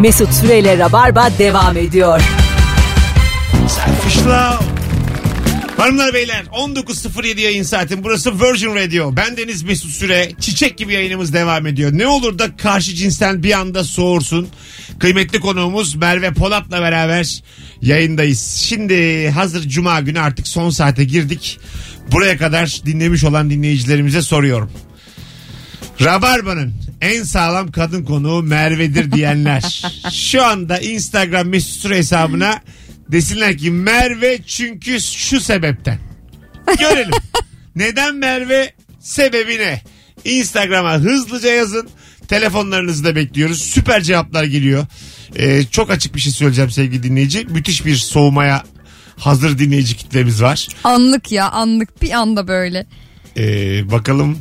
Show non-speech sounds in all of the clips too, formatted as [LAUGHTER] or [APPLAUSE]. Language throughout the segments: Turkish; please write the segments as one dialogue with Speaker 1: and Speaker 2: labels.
Speaker 1: Mesut Süreyle Rabarba devam ediyor.
Speaker 2: Selfish Love. Hanımlar beyler 19.07 yayın saatin burası Virgin Radio. Ben Deniz Mesut Süre. Çiçek gibi yayınımız devam ediyor. Ne olur da karşı cinsten bir anda soğursun. Kıymetli konuğumuz Merve Polat'la beraber yayındayız. Şimdi hazır cuma günü artık son saate girdik. Buraya kadar dinlemiş olan dinleyicilerimize soruyorum. Rabarba'nın en sağlam kadın konuğu Merve'dir diyenler. Şu anda Instagram mesut süre hesabına desinler ki Merve çünkü şu sebepten. Görelim. Neden Merve? Sebebi ne? Instagram'a hızlıca yazın. Telefonlarınızı da bekliyoruz. Süper cevaplar geliyor. Ee, çok açık bir şey söyleyeceğim sevgili dinleyici. Müthiş bir soğumaya hazır dinleyici kitlemiz var.
Speaker 3: Anlık ya anlık bir anda böyle.
Speaker 2: Ee, bakalım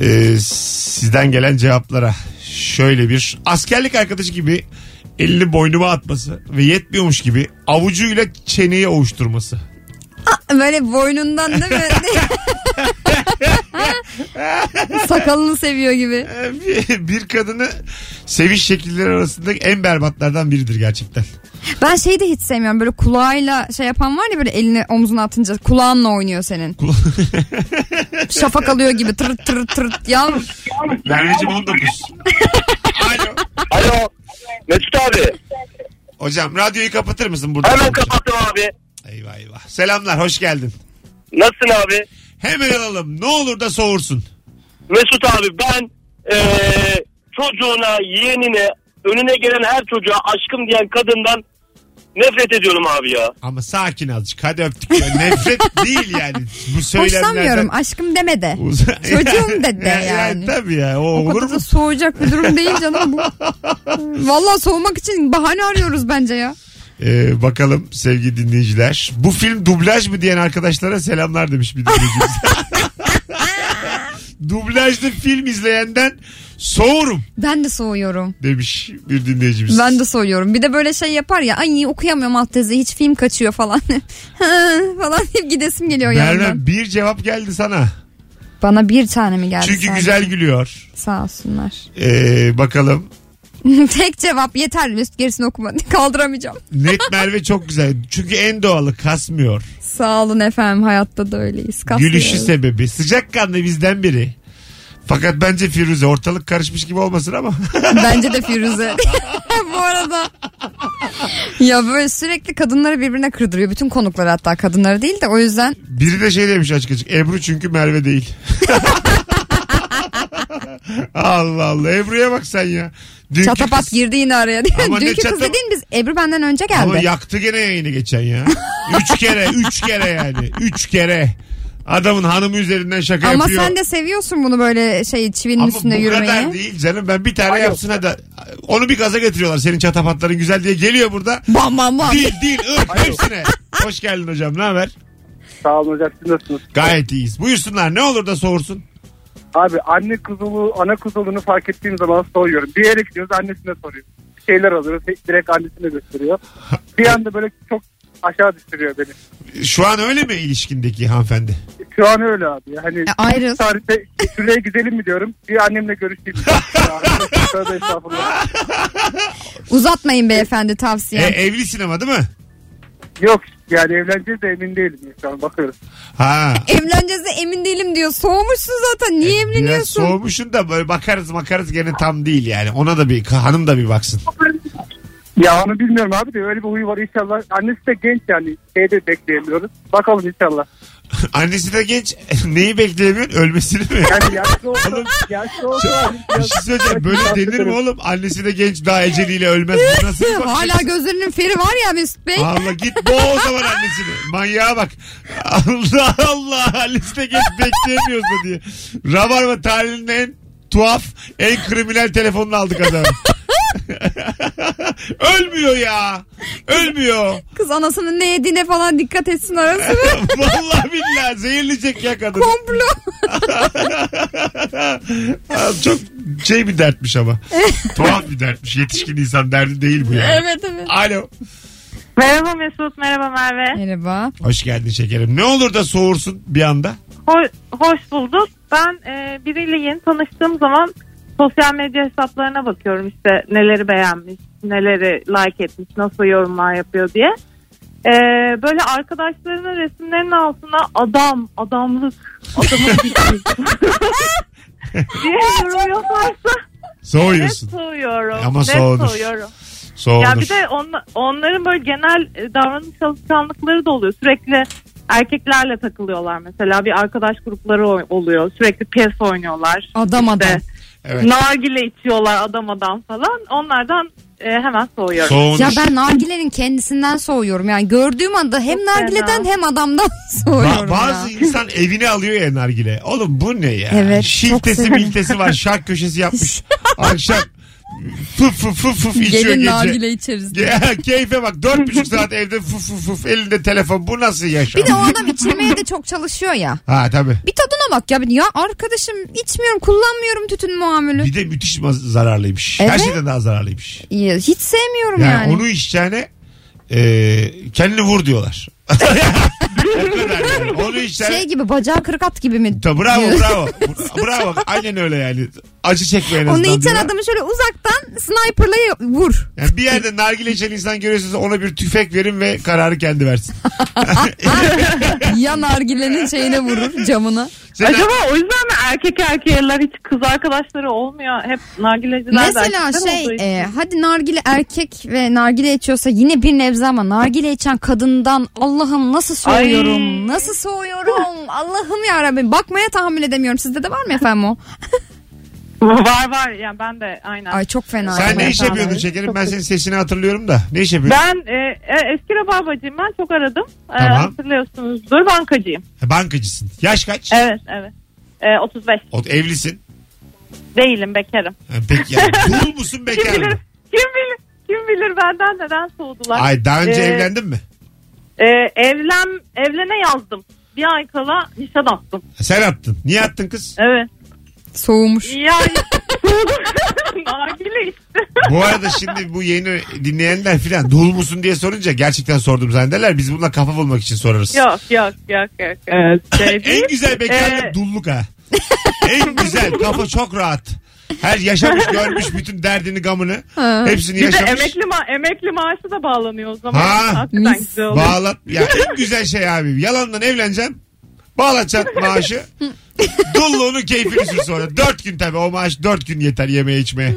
Speaker 2: e, sizden gelen cevaplara. Şöyle bir askerlik arkadaşı gibi elini boynuma atması ve yetmiyormuş gibi avucuyla çeneyi ovuşturması.
Speaker 3: Böyle boynundan değil mi? [LAUGHS] Sakalını seviyor gibi.
Speaker 2: Ee, bir, bir kadını seviş şekilleri arasındaki en berbatlardan biridir gerçekten.
Speaker 3: Ben şeyi de hiç sevmiyorum. Böyle kulağıyla şey yapan var ya böyle elini omzuna atınca kulağınla
Speaker 2: [LAUGHS]
Speaker 3: oynuyor senin. Şafak alıyor gibi tır tır tır. Ya
Speaker 2: Merveciğim 19. Alo.
Speaker 4: Alo. Mesut abi.
Speaker 2: Hocam radyoyu kapatır mısın burada?
Speaker 4: Hemen kapattım abi.
Speaker 2: Eyvah eyvah. Selamlar hoş geldin.
Speaker 4: Nasılsın abi?
Speaker 2: Hemen alalım ne olur da soğursun.
Speaker 4: Mesut abi ben eee, çocuğuna, yeğenine, önüne gelen her çocuğa aşkım diyen kadından nefret ediyorum abi ya.
Speaker 2: Ama sakin azıcık hadi öptük.
Speaker 3: [LAUGHS]
Speaker 2: Ya. Nefret değil yani bu söylemlerden.
Speaker 3: hoşlanmıyorum aşkım deme de.
Speaker 2: Uz-
Speaker 3: [LAUGHS] Çocuğum da de
Speaker 2: [LAUGHS] Ya- ya
Speaker 3: yani.
Speaker 2: Tabii ya o,
Speaker 3: O
Speaker 2: olur
Speaker 3: kadar
Speaker 2: mu?
Speaker 3: da soğuyacak bir durum değil
Speaker 2: [LAUGHS]
Speaker 3: canım bu. Vallahi soğumak için bahane arıyoruz bence ya.
Speaker 2: Ee, bakalım sevgili dinleyiciler. Bu film dublaj mı diyen arkadaşlara selamlar demiş bir
Speaker 3: [LAUGHS]
Speaker 2: dinleyicimiz. Dublajlı film izleyenden soğurum
Speaker 3: Ben de soğuyorum.
Speaker 2: demiş bir dinleyicimiz.
Speaker 3: Ben de soruyorum. Bir de böyle şey yapar ya. Ay okuyamıyorum alt tezi. Hiç film kaçıyor falan. [LAUGHS] falan deyip gidesim geliyor yandan.
Speaker 2: Merve bir cevap geldi sana.
Speaker 3: Bana bir tane mi geldi?
Speaker 2: Çünkü
Speaker 3: sadece?
Speaker 2: güzel gülüyor.
Speaker 3: Sağ olsunlar. [LAUGHS]
Speaker 2: Ee, bakalım.
Speaker 3: Tek cevap yeter Mesut gerisini okuma. [LAUGHS] Kaldıramayacağım.
Speaker 2: Net Merve çok güzel. Çünkü en doğalı kasmıyor.
Speaker 3: Sağ olun efendim. Hayatta da öyleyiz. Kasmıyoruz.
Speaker 2: Gülüşü sebebi. Sıcakkanlı bizden biri. Fakat bence Firuze ortalık karışmış gibi olmasın ama.
Speaker 3: [LAUGHS]
Speaker 2: [LAUGHS]
Speaker 3: Bence de Firuze. [LAUGHS] Bu arada. ya böyle sürekli kadınları birbirine kırdırıyor. Bütün konukları hatta kadınları değil de o yüzden
Speaker 2: Biri de şey demiş açık açık. Ebru çünkü Merve değil. [LAUGHS] Allah Allah. Ebru'ya bak sen ya. Dünkü
Speaker 3: çatapat
Speaker 2: kız-
Speaker 3: girdi yine araya. [LAUGHS]
Speaker 2: Ama ne
Speaker 3: Dünkü kız
Speaker 2: çatap-
Speaker 3: dediğin biz Ebru benden önce geldi.
Speaker 2: Ama yaktı gene yayını geçen ya. üç kere, üç kere yani. Üç kere. Adamın hanımı üzerinden şaka
Speaker 3: Ama
Speaker 2: yapıyor.
Speaker 3: sen de seviyorsun bunu böyle şey çivinin
Speaker 2: Ama
Speaker 3: üstünde
Speaker 2: bu
Speaker 3: yürümeyi.
Speaker 2: kadar değil canım. Ben bir tane yapsın hadi. Onu bir gaza getiriyorlar. Senin çatapatların güzel diye geliyor burada.
Speaker 3: Bam bam bam.
Speaker 2: Dil, dil, ırk hepsine. Hoş geldin hocam. Ne haber?
Speaker 5: Sağ olun hocam siz nasılsınız?
Speaker 2: Gayet iyiyiz. Buyursunlar. Ne olur da soğursun.
Speaker 5: Abi anne kuzulu, ana kuzulunu fark ettiğim zaman soruyorum. Bir yere gidiyoruz annesine soruyor. Bir şeyler alıyoruz direkt annesine gösteriyor. Bir anda böyle çok aşağı düşürüyor beni.
Speaker 2: Şu an öyle mi ilişkindeki hanımefendi?
Speaker 5: Şu an öyle abi. Hani
Speaker 3: E, ayrı.
Speaker 5: tarihte şuraya gidelim mi diyorum. Bir annemle görüşeyim. Tövbe estağfurullah.
Speaker 3: Uzatmayın beyefendi
Speaker 2: E,
Speaker 3: tavsiye.
Speaker 2: evlisin ama değil mi?
Speaker 5: Yok yani evleneceğiz de emin değilim şu an bakıyoruz.
Speaker 2: Ha.
Speaker 3: Evleneceğiz de emin değilim diyor. Soğumuşsun zaten. Niye
Speaker 2: Biraz
Speaker 3: evleniyorsun?
Speaker 2: soğumuşsun da böyle bakarız bakarız gene tam değil yani. Ona da bir hanım da bir baksın. [LAUGHS]
Speaker 5: Ya onu bilmiyorum abi de öyle bir huyu var inşallah. Annesi de genç yani şeyde bekleyemiyoruz. Bakalım inşallah.
Speaker 2: Annesi de genç. [LAUGHS] Neyi bekleyemiyorsun? Ölmesini mi?
Speaker 5: Yani yaşlı olsa, yaşlı olsa
Speaker 2: Bir şey söyleyeceğim. Böyle denir mi oğlum? Annesi de genç daha eceliyle ölmez. Bu Nasıl
Speaker 3: [LAUGHS]
Speaker 2: bir bakış
Speaker 3: Hala
Speaker 2: açısı?
Speaker 3: gözlerinin feri var ya Mesut Bey.
Speaker 2: Allah git boğ o zaman annesini. Manyağa bak. Allah Allah. Annesi de geç bekleyemiyoruz da diye. Rabarba tarihinin en tuhaf, en kriminal telefonunu aldık adamı. [LAUGHS] Ölmüyor ya. Ölmüyor.
Speaker 3: Kız anasının ne yediğine falan dikkat etsin arası.
Speaker 2: [LAUGHS] Vallahi billahi zehirleyecek ya kadın.
Speaker 3: Komplo.
Speaker 2: Abi Çok şey bir dertmiş ama. tuhaf bir dertmiş. Yetişkin insan derdi değil bu yani.
Speaker 3: evet evet.
Speaker 2: Alo.
Speaker 6: Merhaba Mesut, merhaba Merve.
Speaker 3: Merhaba.
Speaker 2: Hoş geldin şekerim. Ne olur da soğursun bir anda.
Speaker 6: Ho- hoş bulduk. Ben e, biriyle yeni tanıştığım zaman sosyal medya hesaplarına bakıyorum işte neleri beğenmiş, neleri like etmiş, nasıl yorumlar yapıyor diye. Ee, böyle arkadaşlarının resimlerinin altına adam, adamlık, adamın gücü diye yorum yaparsa net
Speaker 2: Soğuyorsun.
Speaker 6: soğuyorum.
Speaker 2: Ama
Speaker 6: net
Speaker 2: soğunur.
Speaker 6: soğuyorum.
Speaker 2: Soğunur.
Speaker 6: Ya bir de onla- onların böyle genel e, davranış alışkanlıkları da oluyor. Sürekli erkeklerle takılıyorlar mesela. Bir arkadaş grupları o- oluyor. Sürekli pes oynuyorlar.
Speaker 3: Adam adam.
Speaker 6: İşte
Speaker 2: Evet.
Speaker 6: nargile içiyorlar adam adam falan. Onlardan e, hemen soğuyorum.
Speaker 2: Soğunur.
Speaker 3: Ya ben nargilenin kendisinden soğuyorum. Yani gördüğüm anda hem
Speaker 6: Çok
Speaker 3: nargileden
Speaker 6: fena.
Speaker 3: hem adamdan [LAUGHS]
Speaker 2: Ba-
Speaker 3: soğuyorum.
Speaker 2: bazı
Speaker 3: ya.
Speaker 2: insan evine alıyor ya nargile. Oğlum bu ne ya?
Speaker 3: Evet, çok
Speaker 2: Şiltesi
Speaker 3: severim.
Speaker 2: miltesi var. Şark köşesi
Speaker 3: [LAUGHS]
Speaker 2: yapmış. Akşam fıf fıf fıf fıf içiyor
Speaker 3: Gelin
Speaker 2: gece.
Speaker 3: nargile içeriz.
Speaker 2: Ya, [LAUGHS] keyfe bak. Dört buçuk saat evde fıf fıf fıf elinde telefon. Bu nasıl yaşam?
Speaker 3: Bir de o adam içirmeye de çok çalışıyor ya.
Speaker 2: Ha tabii.
Speaker 3: Bir tadına bak ya. Ya arkadaşım içmiyorum kullanmıyorum tütün muamülü.
Speaker 2: Bir de müthiş ma- zararlıymış. Her
Speaker 3: Evet.
Speaker 2: şeyden daha zararlıymış.
Speaker 3: İyi, Hiç sevmiyorum
Speaker 2: Yani,
Speaker 3: yani.
Speaker 2: onu içeceğine e, kendini vur diyorlar. [LAUGHS] o kadar yani. Onu içeceğine...
Speaker 3: Şey gibi bacağı kırık at gibi mi?
Speaker 2: Ta, bravo
Speaker 3: diyor.
Speaker 2: bravo. Bravo. Aynen öyle yani. Acı çekme en azından.
Speaker 3: Onu içen
Speaker 2: diyorlar.
Speaker 3: adamı şöyle uzaktan sniperla y-
Speaker 2: [LAUGHS]
Speaker 3: vur.
Speaker 2: Yani bir yerde nargile içen insan görüyorsunuz ona bir tüfek verin ve kararı kendi
Speaker 6: [LAUGHS]
Speaker 2: versin.
Speaker 3: ya nargilenin şeyine vurur camına.
Speaker 2: Sen
Speaker 6: Acaba o yüzden mi erkek erkeğler hiç kız arkadaşları olmuyor? Hep nargileciler de
Speaker 3: Mesela
Speaker 6: erkekler
Speaker 3: şey
Speaker 6: olduğu için.
Speaker 3: e, hadi nargile erkek ve nargile içiyorsa yine bir nebze ama nargile içen kadından Allah'ım nasıl soğuyorum
Speaker 6: Ay.
Speaker 3: nasıl soğuyorum Allah'ım ya Rabbim bakmaya tahammül edemiyorum sizde de var mı efendim o?
Speaker 6: var var yani ben de aynen.
Speaker 3: Ay çok fena.
Speaker 2: sen ne iş
Speaker 6: Tamam.
Speaker 2: yapıyordun şekerim? Ben senin sesini hatırlıyorum da. Ne iş yapıyordun?
Speaker 6: Ben e, e, eski rabarbacıyım ben çok aradım. E,
Speaker 2: Tamam.
Speaker 6: hatırlıyorsunuzdur bankacıyım.
Speaker 2: Bankacısın. Yaş kaç?
Speaker 6: Evet evet. E, 35
Speaker 2: O, evlisin.
Speaker 6: değilim bekarım.
Speaker 2: Ha, Peki
Speaker 6: [LAUGHS]
Speaker 2: yani dul musun
Speaker 6: Kim
Speaker 2: bekar
Speaker 6: bilir,
Speaker 2: mı?
Speaker 6: kim bilir, kim bilir benden neden soğudular.
Speaker 2: Ay daha önce
Speaker 6: Ee,
Speaker 2: evlendin mi?
Speaker 6: e, evlen, evlene yazdım. Bir ay kala nişan attım.
Speaker 2: Sen attın. Niye attın kız?
Speaker 6: Evet.
Speaker 3: Soğumuş.
Speaker 6: Yani [LAUGHS] Nargile işte.
Speaker 2: Bu arada şimdi bu yeni dinleyenler filan dul musun diye sorunca gerçekten sordum zannederler. Biz bununla kafa bulmak için sorarız.
Speaker 6: Yok yok yok yok. Evet, şey değil.
Speaker 2: En güzel bekarlık
Speaker 6: Ee,
Speaker 2: dulluk ha. En güzel kafa çok rahat. Her yaşamış görmüş bütün derdini gamını. Hepsini
Speaker 6: Bir de
Speaker 2: yaşamış.
Speaker 6: emekli, ma- emekli maaşı da bağlanıyor o zaman.
Speaker 2: Ha.
Speaker 6: Hakikaten
Speaker 3: Mis.
Speaker 6: güzel [LAUGHS] oluyor.
Speaker 2: Bağlat. Ya en güzel şey abi. Yalandan evleneceğim. Bağlatacaksın maaşı. Dulluğunun keyfini sür sonra. Dört gün tabii o maaş dört gün yeter yemeğe içmeye.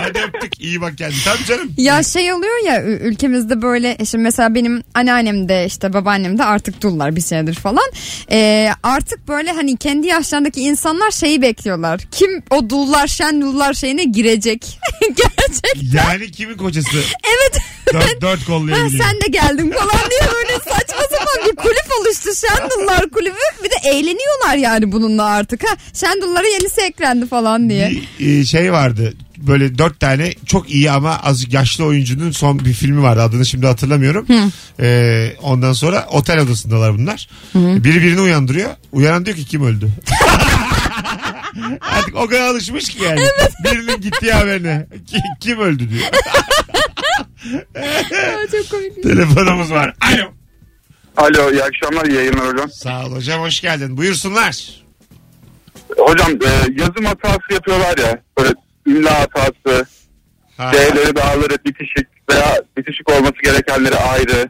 Speaker 2: Hadi öptük iyi bak kendine. Tabii
Speaker 6: [LAUGHS]
Speaker 2: canım.
Speaker 3: Ya şey oluyor ya ü- ülkemizde böyle e, şimdi mesela benim anneannem de işte babaannem de artık dullar bir senedir falan. Ee, artık böyle hani kendi yaşlarındaki insanlar şeyi bekliyorlar. Kim o dullar şen dullar şeyine girecek. [LAUGHS] Gerçek.
Speaker 2: Yani kimin kocası
Speaker 3: Evet.
Speaker 2: dört, dört
Speaker 3: Ha,
Speaker 2: kollayabiliyor.
Speaker 3: sen de geldin falan diye böyle saçma sapan bir kulüp oluştu Şendullar kulübü. Bir de eğleniyorlar yani bununla artık. Ha Şendullara yenisi eklendi falan diye.
Speaker 2: Bir e, şey vardı böyle dört tane çok iyi ama azıcık yaşlı oyuncunun son bir filmi vardı adını şimdi hatırlamıyorum. E, ondan sonra otel odasındalar bunlar. Biri birini uyandırıyor. Uyanan diyor ki kim öldü? [LAUGHS] Artık o kadar alışmış ki yani. Birinin gittiği haberine. Ki- Kim öldü diyor.
Speaker 3: çok
Speaker 2: [LAUGHS]
Speaker 3: komik.
Speaker 2: Telefonumuz var. Alo.
Speaker 7: Alo iyi akşamlar iyi yayınlar hocam.
Speaker 2: Sağ ol hocam hoş geldin. Buyursunlar.
Speaker 7: Hocam e, yazım hatası yapıyorlar ya böyle imla hatası,
Speaker 2: Ha.
Speaker 7: D'leri dağları bitişik veya bitişik olması gerekenleri ayrı.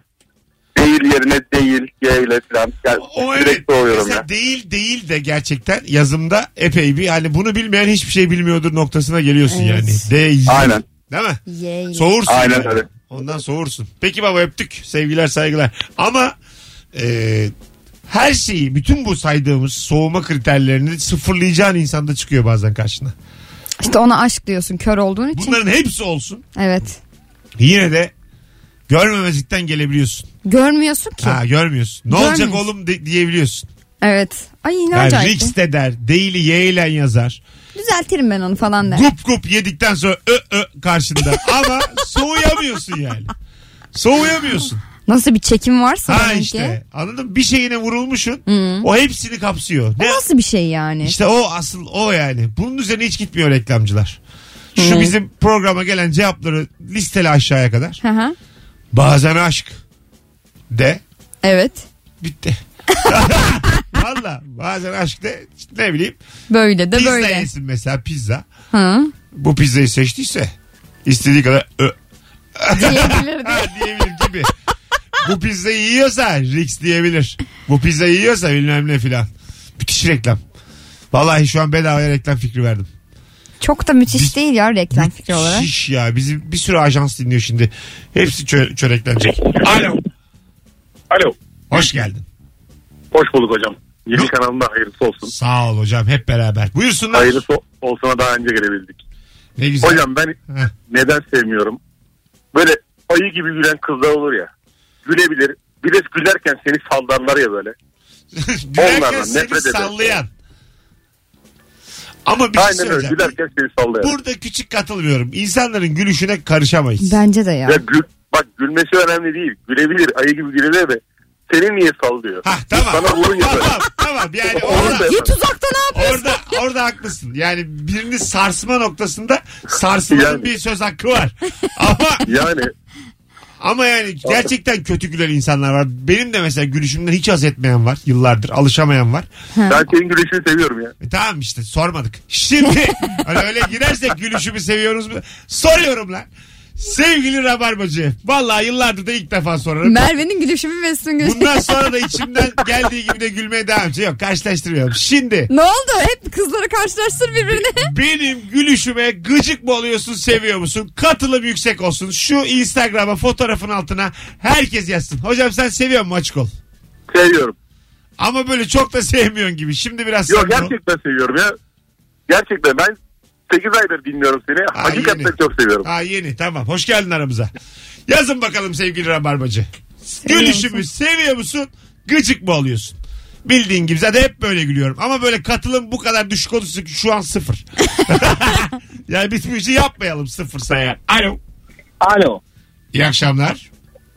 Speaker 7: Değil yerine değil G ile falan. Yani
Speaker 2: O
Speaker 7: direkt
Speaker 2: evet.
Speaker 7: doğuyorum
Speaker 2: Mesela
Speaker 7: ya.
Speaker 2: değil değil de gerçekten yazımda epey bir hani bunu bilmeyen hiçbir şey bilmiyordur noktasına geliyorsun yani. Değil.
Speaker 7: Aynen.
Speaker 2: Değil mi?
Speaker 3: Yay.
Speaker 2: Soğursun.
Speaker 7: Aynen
Speaker 2: yani.
Speaker 7: öyle.
Speaker 2: Ondan soğursun. Peki baba öptük. Sevgiler saygılar. Ama e, her şeyi bütün bu saydığımız soğuma kriterlerini sıfırlayacağın insanda çıkıyor bazen karşına.
Speaker 3: İşte ona aşk diyorsun kör olduğun için.
Speaker 2: Bunların hepsi olsun.
Speaker 3: Evet.
Speaker 2: Yine de görmemezlikten gelebiliyorsun.
Speaker 3: Görmüyorsun ki.
Speaker 2: Ha görmüyorsun. Ne
Speaker 3: Görmüyorsun.
Speaker 2: olacak oğlum de- diyebiliyorsun.
Speaker 3: Evet. Ay ne
Speaker 2: Yani
Speaker 3: acayip.
Speaker 2: Rix de der. Değili Y ile yazar.
Speaker 3: Düzeltirim ben onu falan der.
Speaker 2: Gup gup yedikten sonra ö ö
Speaker 3: [LAUGHS]
Speaker 2: karşında. Ama soğuyamıyorsun yani. Soğuyamıyorsun.
Speaker 3: Nasıl bir çekim varsa
Speaker 2: Ha
Speaker 3: demek
Speaker 2: işte anladın mı? Bir şeyine vurulmuşsun. O hepsini kapsıyor.
Speaker 3: ki.
Speaker 2: Ne?
Speaker 3: O nasıl bir şey yani?
Speaker 2: İşte o asıl o yani. Bunun üzerine hiç gitmiyor reklamcılar. Şu bizim programa gelen cevapları listele aşağıya kadar.
Speaker 3: Hı hı.
Speaker 2: Bazen aşk de
Speaker 3: Evet. [LAUGHS]
Speaker 2: bitti. Valla bazen aşkta ne bileyim
Speaker 3: Böyle de
Speaker 2: pizza
Speaker 3: böyle.
Speaker 2: yesin mesela pizza.
Speaker 3: Hı.
Speaker 2: Bu pizzayı seçtiyse istediği kadar ö
Speaker 3: Diyebilirdi.
Speaker 2: ha [LAUGHS] diyebilir gibi. Bu pizzayı yiyorsa Rix diyebilir. Bu pizzayı yiyorsa bilmem ne filan. Müthiş reklam. Vallahi şu an bedavaya reklam fikri verdim.
Speaker 3: Çok da müthiş değil ya reklam fikri olarak.
Speaker 2: Şiş ya. Bizi bir sürü ajans dinliyor şimdi. Hepsi çö- çöreklenecek. Alo.
Speaker 7: Alo.
Speaker 2: Hoş geldin.
Speaker 7: Hoş bulduk hocam. Yeni kanalında hayırlısı olsun.
Speaker 2: Sağ ol hocam. Hep beraber. Buyursunlar.
Speaker 7: Hayırlısı olsuna daha önce gelebildik.
Speaker 2: Ne güzel.
Speaker 7: Hocam ben
Speaker 2: Heh. [LAUGHS]
Speaker 7: neden sevmiyorum? Böyle ayı gibi gülen kızlar olur ya. Gülebilir. Bir de gülerken seni sallarlar ya böyle.
Speaker 2: Gülerken
Speaker 7: Onlardan
Speaker 2: seni
Speaker 7: nefret ederim.
Speaker 2: sallayan. Ama bir şey
Speaker 7: Aynen öyle.
Speaker 2: söyleyeceğim.
Speaker 7: Gülerken seni sallayan.
Speaker 2: Burada küçük katılmıyorum. İnsanların gülüşüne karışamayız.
Speaker 3: Bence de ya.
Speaker 7: Ya gül, bak gülmesi önemli değil. Gülebilir. Ayı gibi gülebilir de. Seni niye sallıyor?
Speaker 2: Ha tamam.
Speaker 7: Sana vurun ya böyle.
Speaker 2: tamam tamam. Yani
Speaker 7: Olur
Speaker 2: orada,
Speaker 7: be.
Speaker 3: Git uzakta ne yapıyorsun?
Speaker 2: orada, orada haklısın. Yani birini sarsma noktasında sarsmanın
Speaker 7: Yani.
Speaker 2: bir söz hakkı var. Ama
Speaker 7: Yani
Speaker 2: Ama yani gerçekten kötü gülen insanlar var. Benim de mesela gülüşümden hiç haz etmeyen var. Yıllardır alışamayan var.
Speaker 7: ben senin gülüşünü seviyorum ya.
Speaker 2: E tamam işte sormadık. Şimdi hani öyle girersek gülüşümü seviyoruz mu? Soruyorum lan. Sevgili Rabarbacı. Vallahi yıllardır da ilk defa sorarım.
Speaker 3: Merve'nin gülüşü mü Mesut'un gülüşü?
Speaker 2: Bundan sonra da içimden geldiği gibi de gülmeye devam edeceğim. Yok karşılaştırmıyorum. Şimdi
Speaker 3: Ne oldu? Hep kızları karşılaştır birbirine.
Speaker 2: benim gülüşüme gıcık mı oluyorsun seviyor musun? Katılım yüksek olsun. Şu Instagram'a fotoğrafın altına herkes yazsın. Hocam sen seviyor musun açık ol.
Speaker 7: Seviyorum.
Speaker 2: Ama böyle çok da sevmiyorsun gibi. Şimdi biraz
Speaker 7: Yok
Speaker 2: sakin ol.
Speaker 7: gerçekten seviyorum ya. Gerçekten ben 8 aydır dinliyorum seni.
Speaker 2: Aa,
Speaker 7: Hakikaten
Speaker 2: yeni.
Speaker 7: çok seviyorum.
Speaker 2: Aa, yeni tamam. Hoş geldin aramıza. Yazın bakalım sevgili Rabarbacı.
Speaker 3: Seviyor
Speaker 2: Gülüşümü seviyor musun? Gıcık mı oluyorsun? Bildiğin gibi zaten hep böyle gülüyorum. Ama böyle katılım bu kadar düşük olursa ki şu an sıfır. yani biz bu işi yapmayalım sıfırsa ya. Alo.
Speaker 8: Alo.
Speaker 2: İyi akşamlar.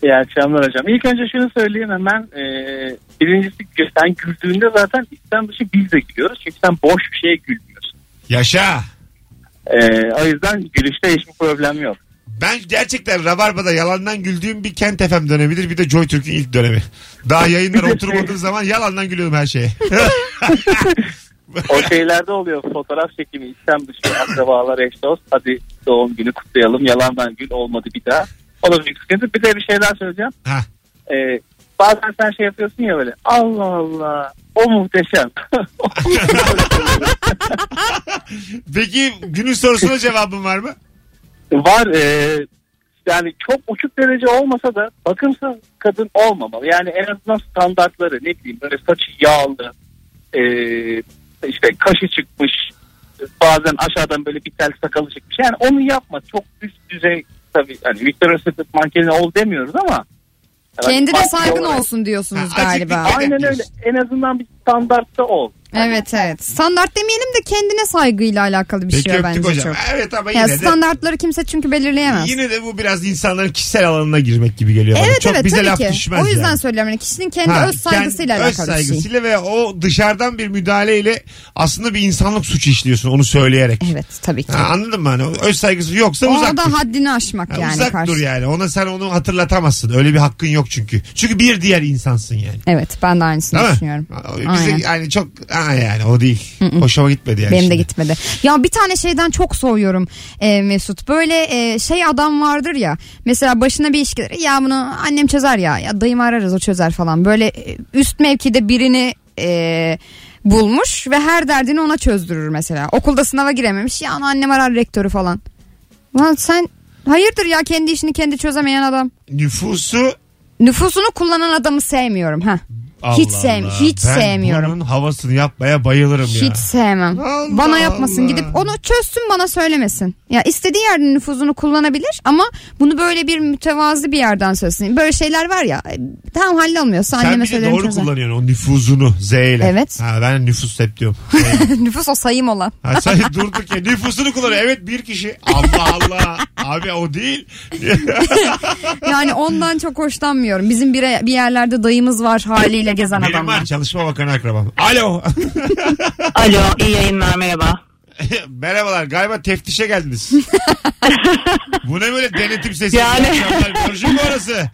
Speaker 8: İyi akşamlar hocam. İlk önce şunu söyleyeyim hemen. Ee, birincisi gü- sen güldüğünde zaten istem dışı biz de gülüyoruz. Çünkü sen boş bir şeye gülmüyorsun.
Speaker 2: Yaşa.
Speaker 8: Ee, o yüzden gülüşte hiçbir problem yok.
Speaker 2: Ben gerçekten Rabarba'da yalandan güldüğüm bir Kent FM dönemidir. Bir de Joy Türk'ün ilk dönemi. Daha yayınlara
Speaker 7: şey-
Speaker 2: oturmadığım zaman yalandan gülüyordum her şeye. [LAUGHS]
Speaker 8: O şeylerde oluyor fotoğraf çekimi istem dışı akrabalar eş dost. Hadi doğum günü kutlayalım yalandan gül olmadı bir daha. O da büyük sıkıntı. Bir de bir şey daha söyleyeceğim.
Speaker 2: ha.
Speaker 8: Ee, bazen sen şey yapıyorsun ya böyle Allah Allah o muhteşem. [LAUGHS]
Speaker 2: Peki günün
Speaker 7: [LAUGHS]
Speaker 2: sorusuna cevabın var mı?
Speaker 8: Var e, yani çok uçuk derece olmasa da bakımsız kadın olmamalı. Yani en azından standartları ne bileyim böyle saçı yağlı e, işte kaşı çıkmış bazen aşağıdan böyle bir tel sakalı çıkmış. Yani onu yapma çok üst düzey tabii hani Victoria's Secret mankeni ol demiyoruz ama.
Speaker 3: Kendine
Speaker 8: Manken
Speaker 3: saygın
Speaker 8: olarak-
Speaker 3: olsun diyorsunuz
Speaker 2: Ha,
Speaker 3: galiba.
Speaker 2: acıklı-
Speaker 8: Aynen öyle en azından bir standartta ol.
Speaker 3: Evet evet. Standart demeyelim de kendine saygıyla alakalı bir
Speaker 2: Peki
Speaker 3: şey o bence
Speaker 2: öptük hocam.
Speaker 3: çok.
Speaker 2: Evet ama
Speaker 3: Ya
Speaker 2: yine de,
Speaker 3: standartları kimse çünkü belirleyemez.
Speaker 2: yine de bu biraz insanların kişisel alanına girmek gibi geliyor bana.
Speaker 3: Evet
Speaker 2: Çok
Speaker 3: evet
Speaker 2: bize
Speaker 3: tabii
Speaker 2: laf
Speaker 3: ki.
Speaker 2: düşmez
Speaker 3: O yüzden
Speaker 2: yani.
Speaker 3: söylüyorum. Yani kişinin kendi
Speaker 2: Ha,
Speaker 3: öz saygısıyla
Speaker 2: kendi-
Speaker 3: alakalı
Speaker 2: öz
Speaker 3: bir şey.
Speaker 2: saygısıyla ve o dışarıdan bir müdahaleyle aslında bir insanlık suçu işliyorsun onu söyleyerek.
Speaker 3: Evet tabii ki.
Speaker 2: Ha, anladın mı? Hani öz saygısı yoksa uzak
Speaker 3: O
Speaker 2: dur.
Speaker 3: da haddini aşmak
Speaker 2: Ha,
Speaker 3: yani.
Speaker 2: uzak
Speaker 3: karşı.
Speaker 2: dur yani. Ona sen onu hatırlatamazsın. Öyle bir hakkın yok çünkü. Çünkü bir diğer insansın yani.
Speaker 3: Evet ben de aynısını
Speaker 2: Değil mi?
Speaker 3: düşünüyorum.
Speaker 2: Bize
Speaker 3: Aynen.
Speaker 2: yani çok ha yani o değil. Hoşuma gitmedi yani.
Speaker 3: Benim de
Speaker 2: şimdi.
Speaker 3: gitmedi. Ya bir tane şeyden çok soğuyorum e, Mesut. Böyle e, şey adam vardır ya. Mesela başına bir iş gelir. Ya bunu annem çözer ya. Ya dayım ararız o çözer falan. Böyle e, üst mevkide birini e, bulmuş ve her derdini ona çözdürür mesela. Okulda sınava girememiş. Ya onu annem arar rektörü falan. Lan sen hayırdır ya kendi işini kendi çözemeyen adam.
Speaker 2: Nüfusu
Speaker 3: Nüfusunu kullanan adamı sevmiyorum. ha. Hiç
Speaker 2: Allah
Speaker 3: sevmi-
Speaker 2: Allah.
Speaker 3: hiç
Speaker 2: ben
Speaker 3: sevmiyorum.
Speaker 2: bunun havasını yapmaya bayılırım ya.
Speaker 3: Hiç sevmem.
Speaker 2: Allah
Speaker 3: bana yapmasın
Speaker 2: Allah.
Speaker 3: gidip onu çözsün bana söylemesin. Ya istediği yerden nüfuzunu kullanabilir ama bunu böyle bir mütevazı bir yerden söylesin. Böyle şeyler var ya e, tam hallolmuyorsa
Speaker 2: Sen
Speaker 3: anneme
Speaker 2: bir de
Speaker 3: söylerim
Speaker 2: doğru
Speaker 3: çözer.
Speaker 2: kullanıyorsun o nüfuzunu Z ile.
Speaker 3: Evet.
Speaker 2: Ha, ben nüfus hep diyorum.
Speaker 3: [LAUGHS] Nüfus o sayım olan.
Speaker 2: Ha, sen [LAUGHS] durduk ya nüfusunu kullanıyor. Evet bir kişi. Allah Allah. Abi o değil.
Speaker 3: Yani ondan çok hoşlanmıyorum. Bizim bir, bir yerlerde dayımız var haliyle gezen
Speaker 2: Benim var
Speaker 3: adamlar.
Speaker 2: çalışma bakanı akrabam. Alo. [LAUGHS]
Speaker 9: Alo iyi yayınlar merhaba.
Speaker 2: Merhabalar galiba teftişe
Speaker 3: [LAUGHS]
Speaker 2: geldiniz. bu ne böyle denetim sesi?
Speaker 9: Yani.
Speaker 2: Yani. Görüşün mü orası?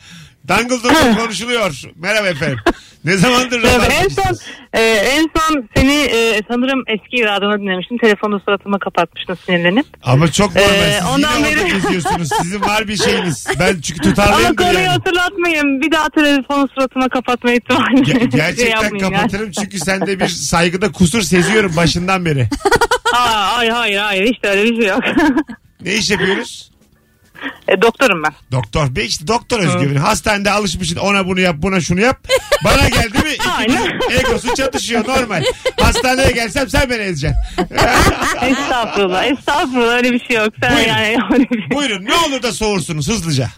Speaker 2: Dangledore'da konuşuluyor. Merhaba efendim. Ne zamandır
Speaker 6: Merhaba.
Speaker 2: radar?
Speaker 6: en son e, en son seni e, sanırım eski iradana dinlemiştim. Telefonu suratıma kapatmıştın sinirlenip.
Speaker 2: Ama çok normal.
Speaker 6: Ee,
Speaker 2: Siz
Speaker 6: ondan
Speaker 2: yine orada
Speaker 6: beri-
Speaker 2: geziyorsunuz. Sizin var bir şeyiniz. Ben çünkü
Speaker 6: Ama
Speaker 2: tutarlıyımdır
Speaker 6: konuyu
Speaker 2: yani.
Speaker 6: hatırlatmayın. Bir daha telefonu suratıma kapatma ihtimali.
Speaker 2: Ge-
Speaker 6: [LAUGHS] şey
Speaker 2: gerçekten
Speaker 6: yapmayın yani.
Speaker 2: kapatırım çünkü sende bir saygıda kusur seziyorum başından beri.
Speaker 6: Aa, hayır hayır hayır hiç de öyle bir şey yok. [LAUGHS]
Speaker 2: Ne iş yapıyoruz?
Speaker 6: e,
Speaker 2: [LAUGHS]
Speaker 6: doktorum ben.
Speaker 2: Doktor. Be işte doktor özgüveni. Hastanede alışmışsın ona bunu yap buna şunu yap. Bana geldi mi?
Speaker 6: Aynen.
Speaker 2: İkimizin egosu çatışıyor normal. Hastaneye gelsem sen beni ezeceksin. [LAUGHS]
Speaker 6: Estağfurullah. Estağfurullah öyle bir şey yok. Sen
Speaker 2: Buyurun.
Speaker 6: yani [LAUGHS] öyle bir
Speaker 2: Buyurun ne olur da soğursunuz hızlıca.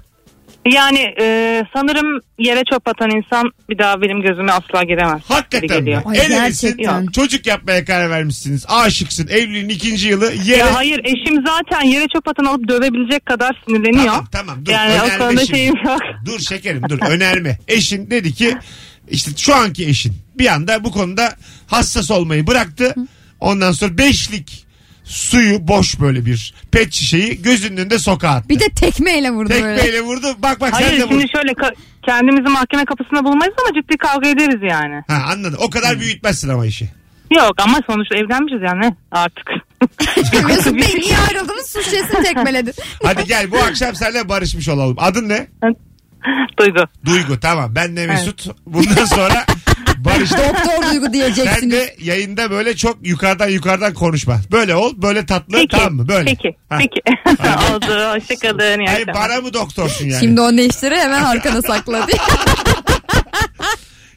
Speaker 6: Yani e, sanırım yere çöp atan insan bir daha benim gözüme asla giremez. gibi
Speaker 2: Hakikaten mi?
Speaker 6: geliyor.
Speaker 3: Ay,
Speaker 2: El
Speaker 3: gerçekten.
Speaker 2: evisin, çocuk yapmaya karar vermişsiniz. Aşıksın evliliğin ikinci yılı. Yere...
Speaker 6: Ya hayır eşim zaten yere çöp atan alıp dövebilecek kadar sinirleniyor.
Speaker 2: Tamam tamam dur
Speaker 6: Yani o
Speaker 2: önerme
Speaker 6: konuda
Speaker 2: şimdi.
Speaker 6: şeyim yok.
Speaker 2: Dur şekerim dur önerme. Eşin dedi ki işte şu anki eşin bir anda bu konuda hassas olmayı bıraktı. Ondan sonra beşlik suyu boş böyle bir pet şişeyi gözünün önünde sokağa attı.
Speaker 3: Bir de tekmeyle vurdu böyle.
Speaker 2: Tekmeyle vurdu bak bak
Speaker 6: Hayır
Speaker 2: sen de vur.
Speaker 6: şimdi şöyle ka- kendimizi mahkeme kapısında bulmayız ama ciddi kavga ederiz yani.
Speaker 2: Ha anladım o kadar büyütmezsin ama işi.
Speaker 6: Yok ama sonuçta evlenmişiz yani artık.
Speaker 2: [LAUGHS]
Speaker 3: Mesut Bey niye ayrıldınız? Su şişesini tekmeledi.
Speaker 2: Hadi gel bu akşam seninle barışmış olalım. Adın ne?
Speaker 6: şey- Duygu.
Speaker 2: Duygu tamam ben de Mesut. Bundan sonra barıştık.
Speaker 3: Doktor duygu
Speaker 2: Sen
Speaker 3: diyeceksiniz.
Speaker 2: de yayında böyle çok yukarıdan yukarıdan konuşma. Böyle ol, böyle tatlı
Speaker 6: Peki.
Speaker 2: tamam mı? Böyle.
Speaker 6: Peki.
Speaker 2: Ha.
Speaker 6: Peki. [LAUGHS] Oldu. Hoşçakalın. iyi
Speaker 2: Hayır
Speaker 6: akşamlar.
Speaker 2: bana mı doktorsun yani?
Speaker 3: Şimdi o neşteri hemen
Speaker 2: [LAUGHS]
Speaker 3: arkana sakladı.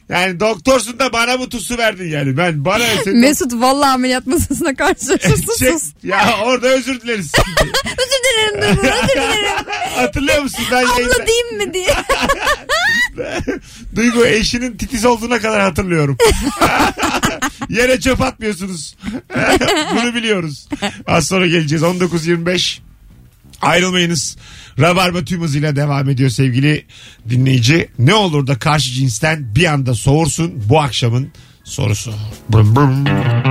Speaker 2: Yani doktorsun da bana mı tusu verdin yani? Ben
Speaker 3: [LAUGHS]
Speaker 2: bana senin-
Speaker 3: Mesut vallahi ameliyat masasına karşılaşırsın
Speaker 2: [LAUGHS] Çek-
Speaker 3: sus.
Speaker 2: Ya orada özür dileriz.
Speaker 3: Özür dilerim Duygu [LAUGHS] özür [LAUGHS] dilerim.
Speaker 2: Hatırlıyor musun? Ben yayında-
Speaker 3: Abla diyeyim mi diye.
Speaker 2: Duygu eşinin titiz olduğuna kadar hatırlıyorum. [LAUGHS] Yere çöp atmıyorsunuz. [LAUGHS] Bunu biliyoruz. Az sonra geleceğiz. 19.25. Ayrılmayınız. Rabarba tüm hızıyla devam ediyor sevgili dinleyici. Ne olur da karşı cinsten bir anda soğursun bu akşamın sorusu. Brum brum.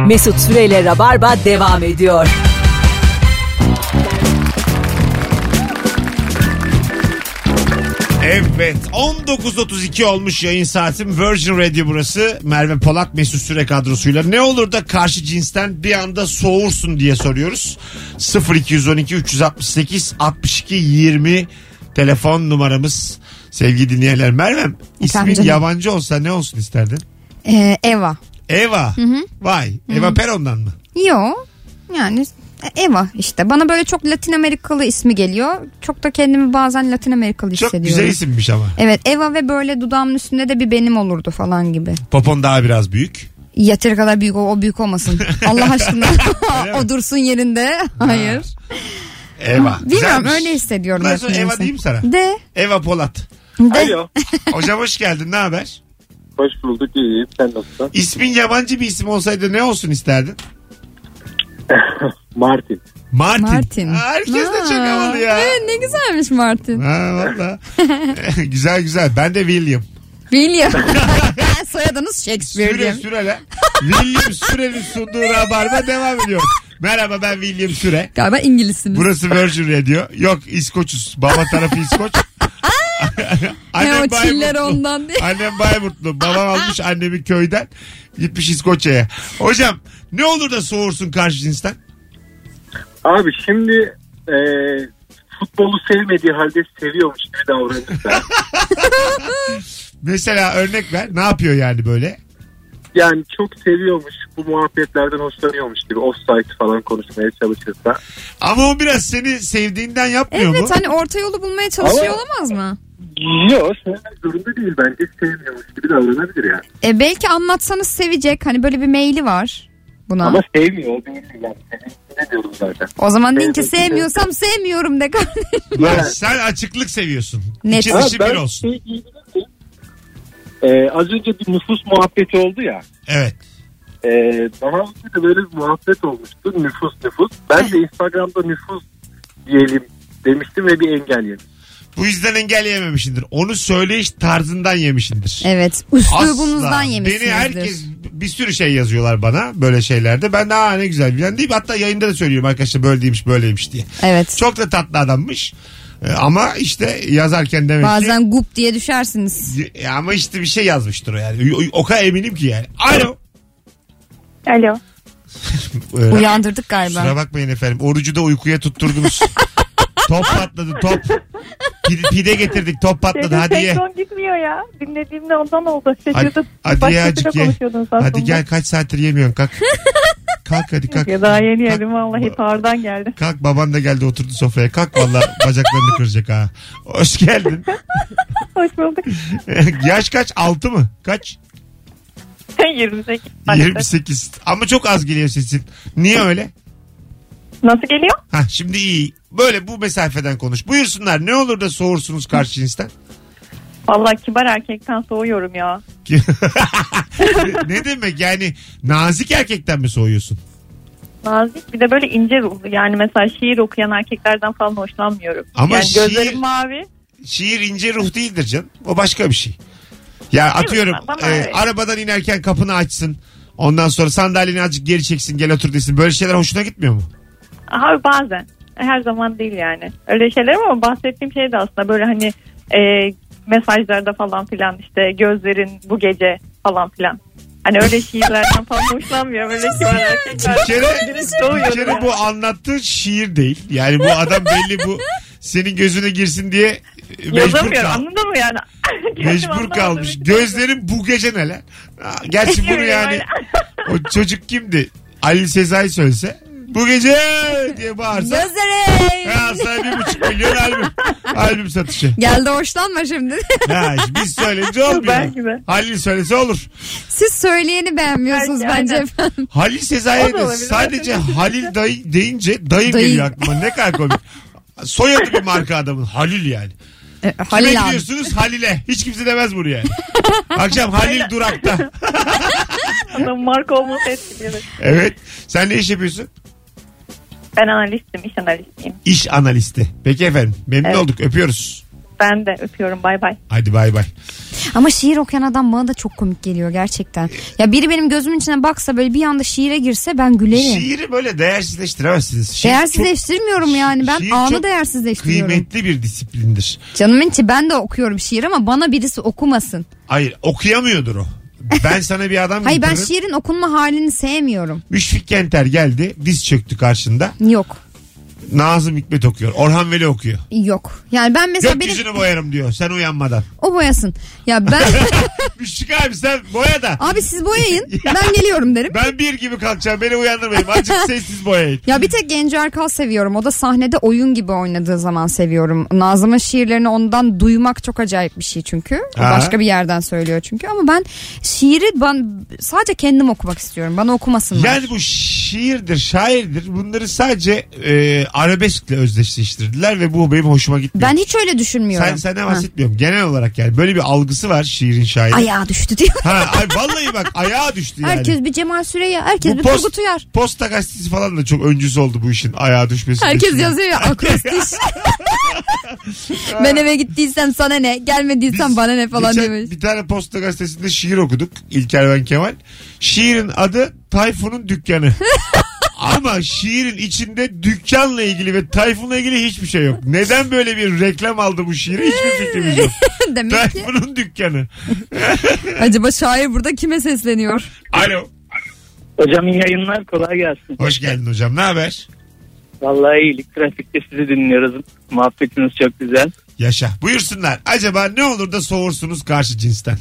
Speaker 1: Mesut Süreyle Rabarba devam ediyor.
Speaker 2: Evet 19.32 olmuş yayın saatim Virgin Radio burası Merve Polat Mesut Süre kadrosuyla ne olur da karşı cinsten bir anda soğursun diye soruyoruz 0212 368 62 20 telefon numaramız sevgili dinleyenler Mervem ismin
Speaker 3: canım.
Speaker 2: yabancı olsa ne olsun isterdin?
Speaker 3: [LAUGHS] Ee, Eva.
Speaker 2: Eva vay Eva Peron'dan mı?
Speaker 3: Yo yani e, Eva işte. Bana böyle çok Latin Amerikalı ismi geliyor. Çok da kendimi bazen Latin Amerikalı
Speaker 2: Çok
Speaker 3: hissediyorum.
Speaker 2: güzel isimmiş ama
Speaker 3: Evet Eva ve böyle dudağımın üstünde de bir benim olurdu falan gibi.
Speaker 2: popon daha biraz büyük
Speaker 3: Yeteri kadar büyük o, o
Speaker 2: [LAUGHS]
Speaker 3: büyük olmasın. Allah aşkına
Speaker 2: Öyle mi?
Speaker 3: [LAUGHS] o dursun yerinde. Hayır.
Speaker 2: Eva
Speaker 3: Bilmiyorum
Speaker 2: Güzelmiş.
Speaker 3: öyle hissediyorum.
Speaker 2: Bundan sonra
Speaker 3: hep
Speaker 2: Eva
Speaker 3: neyse.
Speaker 2: diyeyim
Speaker 3: [LAUGHS]
Speaker 2: sana
Speaker 3: De.
Speaker 2: Eva Polat
Speaker 3: de.
Speaker 8: Alo.
Speaker 2: hocam hoş geldin ne haber?
Speaker 8: Hoş bulduk iyiyim. Sen nasılsın?
Speaker 2: İsmin yabancı bir isim olsaydı ne olsun isterdin?
Speaker 8: Martin.
Speaker 2: Martin.
Speaker 3: Martin.
Speaker 2: Herkes de
Speaker 3: Aa,
Speaker 2: çok havalı ya.
Speaker 3: Evet ne güzelmiş Martin.
Speaker 2: Ha valla. [LAUGHS] güzel güzel. Ben de William.
Speaker 3: William. [LAUGHS] Soyadınız Shakespeare
Speaker 2: Süre
Speaker 3: diyeyim.
Speaker 2: süre lan. William Süre'nin sunduğu rabarba devam ediyor. Merhaba ben William Süre.
Speaker 3: Galiba İngilizsiniz.
Speaker 2: Burası Virgin Radio. Yok İskoç'uz. Baba tarafı İskoç.
Speaker 3: Ne o çiller
Speaker 2: Bayburtlu.
Speaker 3: ondan diye.
Speaker 2: Annem Bayburtlu. Babam almış annemi köyden. Gitmiş İskoçya'ya. Hocam ne olur da soğursun karşı cinsten?
Speaker 8: Abi şimdi e, futbolu sevmediği halde seviyormuş gibi davranırsa.
Speaker 2: Mesela örnek ver. Ne yapıyor yani böyle?
Speaker 8: yani çok seviyormuş bu muhabbetlerden hoşlanıyormuş gibi offside falan konuşmaya çalışırsa.
Speaker 2: Ama o biraz seni sevdiğinden yapmıyor mu?
Speaker 3: Evet hani orta yolu bulmaya çalışıyor
Speaker 8: Ama-
Speaker 3: olamaz mı?
Speaker 8: Yok sevmek zorunda değil bence sevmiyormuş gibi davranabilir yani.
Speaker 3: E, belki anlatsanız sevecek. Hani böyle bir meyli var buna.
Speaker 8: Ama sevmiyor o değil yani. Ne diyorum zaten.
Speaker 3: o zaman deyin ki
Speaker 8: Sevmek için-
Speaker 3: sevmiyorsam sevmiyorum de kardeşim.
Speaker 2: Yani
Speaker 8: Yani-
Speaker 2: Sen açıklık seviyorsun.
Speaker 3: Net.
Speaker 2: İki
Speaker 3: Ha,
Speaker 2: dışı bir olsun.
Speaker 8: şey diyebilir miyim? Ee, az önce bir nüfus muhabbeti oldu ya.
Speaker 2: Evet.
Speaker 8: Ee, daha önce de böyle bir muhabbet olmuştu. Nüfus nüfus. Ben de Instagram'da nüfus diyelim demiştim ve bir engel yedim.
Speaker 2: Bu yüzden engel yememişindir. Onu söyleyiş tarzından yemişindir.
Speaker 3: [LAUGHS] Evet
Speaker 2: Asla.
Speaker 3: üslubunuzdan yemişsinizdir.
Speaker 2: Beni herkes bir sürü şey yazıyorlar bana böyle şeylerde. Ben de aa ne güzel bilen deyip hatta yayında da söylüyorum arkadaşlar böyle değilmiş böyleymiş diye.
Speaker 3: Evet.
Speaker 2: Çok da tatlı adammış. E, Ama işte yazarken demek ki
Speaker 3: Bazen gup diye düşersiniz.
Speaker 2: Y- ama işte bir şey yazmıştır o yani. O- O kadar eminim ki yani. Alo.
Speaker 6: Alo.
Speaker 2: Ee,
Speaker 3: Uyandırdık
Speaker 2: Kusura
Speaker 3: galiba.
Speaker 2: bakmayın efendim. Orucu da uykuya tutturdunuz. [LAUGHS] top patladı top. Pide, pide getirdik top patladı.
Speaker 6: Senin
Speaker 2: Hadi ye.
Speaker 6: senkron gitmiyor ya. Dinlediğimde ondan oldu. Şaşırdım.
Speaker 2: Hadi ye
Speaker 6: Başkasıyla
Speaker 2: azıcık ye.
Speaker 6: konuşuyordunuz aslında.
Speaker 2: Hadi gel kaç saattir yemiyorsun
Speaker 6: [LAUGHS]
Speaker 2: kalk. kalk hadi kalk.
Speaker 6: Ya daha yeni
Speaker 2: Kalk.
Speaker 6: yedim vallahi tardan geldi.
Speaker 2: Kalk baban da geldi oturdu sofraya. Kalk valla bacaklarını kıracak ha. Hoş
Speaker 6: [LAUGHS]
Speaker 2: geldin.
Speaker 6: [LAUGHS] Hoş bulduk.
Speaker 2: Yaş kaç? 6 mı? Kaç?
Speaker 6: [LAUGHS] 28. Maalesef.
Speaker 2: 28. Ama çok az geliyor sesin. Niye öyle?
Speaker 6: Nasıl geliyor?
Speaker 2: Ha şimdi iyi. Böyle bu mesafeden konuş. Buyursunlar ne olur da soğursunuz karşı cinsten.
Speaker 6: Vallahi kibar erkekten soğuyorum ya.
Speaker 2: [LAUGHS] ne demek yani nazik erkekten mi soğuyorsun?
Speaker 6: Nazik bir de böyle ince ruhlu. Yani mesela şiir okuyan erkeklerden falan hoşlanmıyorum.
Speaker 2: Ama
Speaker 6: yani
Speaker 2: şiir-
Speaker 6: gözlerim mavi.
Speaker 2: Şiir ince ruh değildir canım. O başka bir şey. Ya atıyorum
Speaker 6: bana
Speaker 2: e,
Speaker 6: öyle.
Speaker 2: arabadan inerken kapını açsın. Ondan sonra sandalyeni azıcık geri çeksin gel otur desin. Böyle şeyler hoşuna gitmiyor mu?
Speaker 6: Aha bazen. Her zaman değil yani. Öyle şeyler ama bahsettiğim şey de aslında böyle hani e, mesajlarda falan filan işte gözlerin bu gece falan filan. Hani öyle şiirlerden falan
Speaker 2: [LAUGHS]
Speaker 6: hoşlanmıyor. Böyle kibar erkekler.
Speaker 2: Bir kere,
Speaker 6: Direkt
Speaker 2: bir
Speaker 6: soğuyorum
Speaker 2: kere
Speaker 6: yani.
Speaker 2: bu anlattığı şiir değil. Yani bu adam belli bu senin gözüne girsin diye e, mecbur,
Speaker 6: Yazamıyorum
Speaker 2: kal-
Speaker 6: anladın mı yani? [LAUGHS] Kendim
Speaker 2: mecbur
Speaker 6: anlamadım.
Speaker 2: kalmış. Gözlerim bu gece ne lan? Aa, Gerçi bunu
Speaker 6: Öyle.
Speaker 2: yani
Speaker 6: [LAUGHS]
Speaker 2: o çocuk kimdi? Ali Sezai söylese bu gece diye bağırsa
Speaker 3: Gözlerim.
Speaker 2: Ha sana bir buçuk milyon albüm. albüm satışı.
Speaker 3: Geldi hoşlanma şimdi. [LAUGHS]
Speaker 2: Ha, şimdi biz söyleyince
Speaker 6: Belki
Speaker 2: olmuyor.
Speaker 6: de.
Speaker 2: Halil söylese olur.
Speaker 3: Siz söyleyeni beğenmiyorsunuz
Speaker 6: Bence,
Speaker 3: bence
Speaker 6: aynen.
Speaker 3: efendim.
Speaker 2: Halil
Speaker 6: O
Speaker 2: Sezai'ye
Speaker 6: da
Speaker 2: de
Speaker 6: olabilir.
Speaker 2: sadece Halil dayı deyince dayı
Speaker 3: Dayı.
Speaker 2: geliyor aklıma. Ne kadar komik. Soyadı bir marka adamın. Halil yani.
Speaker 3: E,
Speaker 2: Kime
Speaker 3: Halil abi.
Speaker 2: gidiyorsunuz? Halil'e. Hiç kimse demez buraya. Akşam Halil durakta.
Speaker 6: Adam marka olması etkiliyor.
Speaker 2: Evet. Sen ne iş yapıyorsun?
Speaker 6: Ben analistim, iş analistiyim.
Speaker 2: İş analisti. Peki efendim. Memnun
Speaker 6: Evet.
Speaker 2: olduk. Öpüyoruz.
Speaker 6: Ben de öpüyorum bay bay.
Speaker 2: Hadi bay bay.
Speaker 3: Ama şiir okuyan adam bana da çok komik geliyor gerçekten. Ya biri benim gözümün içine baksa böyle bir anda şiire girse ben gülerim.
Speaker 2: Şiiri böyle değersizleştiremezsiniz. Şiir çok
Speaker 3: değersizleştirmiyorum yani ben
Speaker 2: şiir çok
Speaker 3: anı değersizleştiriyorum.
Speaker 2: kıymetli bir disiplindir.
Speaker 3: Canımın içi ben de okuyorum şiir ama bana birisi okumasın.
Speaker 2: Hayır okuyamıyordur o. Ben sana bir adam
Speaker 3: [LAUGHS] Hayır ben şey-
Speaker 2: getiririm.
Speaker 3: şiirin okunma halini sevmiyorum.
Speaker 2: Müşfik Kenter geldi. Diz çöktü karşında.
Speaker 3: Yok.
Speaker 2: Nazım Hikmet okuyor. Orhan Veli okuyor.
Speaker 3: Yok. Yani ben mesela benim
Speaker 2: Gökyüzünü boyarım diyor sen
Speaker 3: [LAUGHS]
Speaker 2: uyanmadan.
Speaker 3: o boyasın.
Speaker 2: [LAUGHS]
Speaker 3: Ya ben
Speaker 2: Müşfik abi sen boya da.
Speaker 3: abi siz boyayın. Ben geliyorum derim.
Speaker 2: Ben bir gibi kalkacağım beni uyandırmayın.
Speaker 3: [LAUGHS]
Speaker 2: Azıcık sessiz boyayın.
Speaker 3: Ya bir tek Genco Erkal seviyorum. O da sahnede oyun gibi oynadığı zaman seviyorum. Nazım'ın şiirlerini ondan duymak çok acayip bir şey çünkü. O
Speaker 2: Ha.
Speaker 3: başka bir yerden söylüyor çünkü. Ama ben şiiri ben sadece kendim okumak istiyorum. Bana okumasınlar.
Speaker 2: Yani bu şiirdir, şairdir. Bunları sadece e, arabeskle özdeşleştirdiler ve bu benim hoşuma gitmiyor.
Speaker 3: Ben hiç öyle düşünmüyorum.
Speaker 2: sen, senden
Speaker 3: Ha.
Speaker 2: bahsetmiyorum. Genel olarak yani böyle bir algısı var şiirin şairin.
Speaker 3: Ayağa düştü diyor.
Speaker 2: Ha, ay vallahi bak ayağa düştü yani.
Speaker 3: Herkes bir Cemal Süreya, herkes
Speaker 2: Bu
Speaker 3: bir
Speaker 2: post-
Speaker 3: Turgut Uyar.
Speaker 2: Posta gazetesi falan da çok öncüsü oldu bu işin ayağa düşmesi.
Speaker 3: Herkes
Speaker 2: Şimdi.
Speaker 3: yazıyor
Speaker 2: [LAUGHS]
Speaker 3: ya akrostiş. ben eve gittiysem sana ne, gelmediysen
Speaker 2: Biz
Speaker 3: bana ne falan
Speaker 2: geçen
Speaker 3: demiş. [LAUGHS]
Speaker 2: Bir tane posta gazetesinde şiir okuduk İlker ben Kemal. Şiirin adı Tayfun'un dükkanı.
Speaker 3: [LAUGHS]
Speaker 2: Ama şiirin içinde dükkanla ilgili ve Tayfun'la ilgili hiçbir şey yok. Neden böyle bir reklam aldı bu şiire hiçbir fikrimiz
Speaker 3: [LAUGHS]
Speaker 2: yok.
Speaker 3: Demek ki
Speaker 2: Tayfun'un dükkanı.
Speaker 3: acaba şair burada kime sesleniyor?
Speaker 2: Alo.
Speaker 8: Hocam iyi yayınlar kolay gelsin.
Speaker 2: Hoş geldin hocam ne haber?
Speaker 8: Vallahi iyilik trafikte sizi dinliyoruz. Muhabbetiniz çok güzel.
Speaker 2: Yaşa. Buyursunlar. Acaba ne olur da soğursunuz karşı cinsten?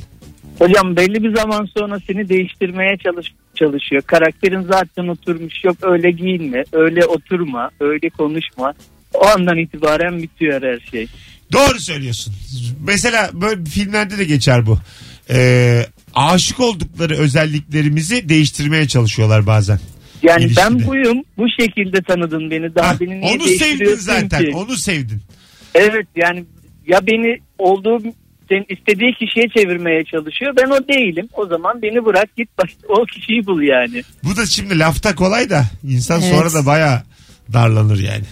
Speaker 8: Hocam belli bir zaman sonra seni değiştirmeye çalış çalışıyor. Karakterin zaten oturmuş. Yok öyle giyinme, öyle oturma, öyle konuşma. O andan itibaren bitiyor her şey.
Speaker 2: Doğru söylüyorsun. Mesela böyle filmlerde de geçer bu. Ee, aşık oldukları özelliklerimizi değiştirmeye çalışıyorlar bazen.
Speaker 8: Yani
Speaker 2: İlişkide.
Speaker 8: ben buyum. Bu şekilde tanıdın beni. Daha
Speaker 2: Ha,
Speaker 8: beni niye
Speaker 2: onu sevdin
Speaker 8: değiştiriyorsun
Speaker 2: zaten.
Speaker 8: ki?
Speaker 2: Onu sevdin.
Speaker 8: Evet yani ya beni olduğum senin istediği kişiye çevirmeye çalışıyor. Ben o değilim. O zaman beni bırak git bak o kişiyi bul yani.
Speaker 2: Bu da şimdi lafta kolay da insan
Speaker 3: Evet.
Speaker 2: sonra da baya darlanır yani.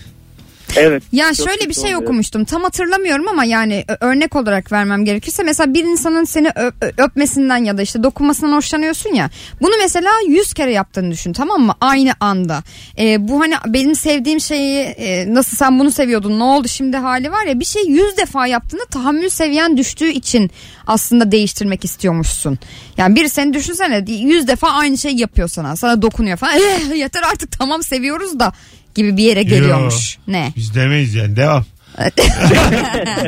Speaker 8: Evet.
Speaker 3: Ya
Speaker 8: Çok
Speaker 3: şöyle bir
Speaker 8: kötü
Speaker 3: şey
Speaker 8: oluyor.
Speaker 3: okumuştum. Tam hatırlamıyorum ama yani ö- örnek olarak vermem gerekirse mesela bir insanın seni ö- ö- öpmesinden ya da işte dokunmasından hoşlanıyorsun ya. Bunu mesela 100 kere yaptığını düşün tamam mı? Aynı anda. Ee, bu hani benim sevdiğim şeyi e, nasıl sen bunu seviyordun ne oldu şimdi hali var ya bir şey 100 defa yaptığında tahammül seviyen düştüğü için aslında değiştirmek istiyormuşsun. Yani bir seni düşünsene 100 defa aynı şey yapıyor sana. Sana dokunuyor falan. Eh, yeter artık tamam seviyoruz da gibi bir yere geliyormuş. Ne?
Speaker 2: Biz demeyiz yani devam. [LAUGHS]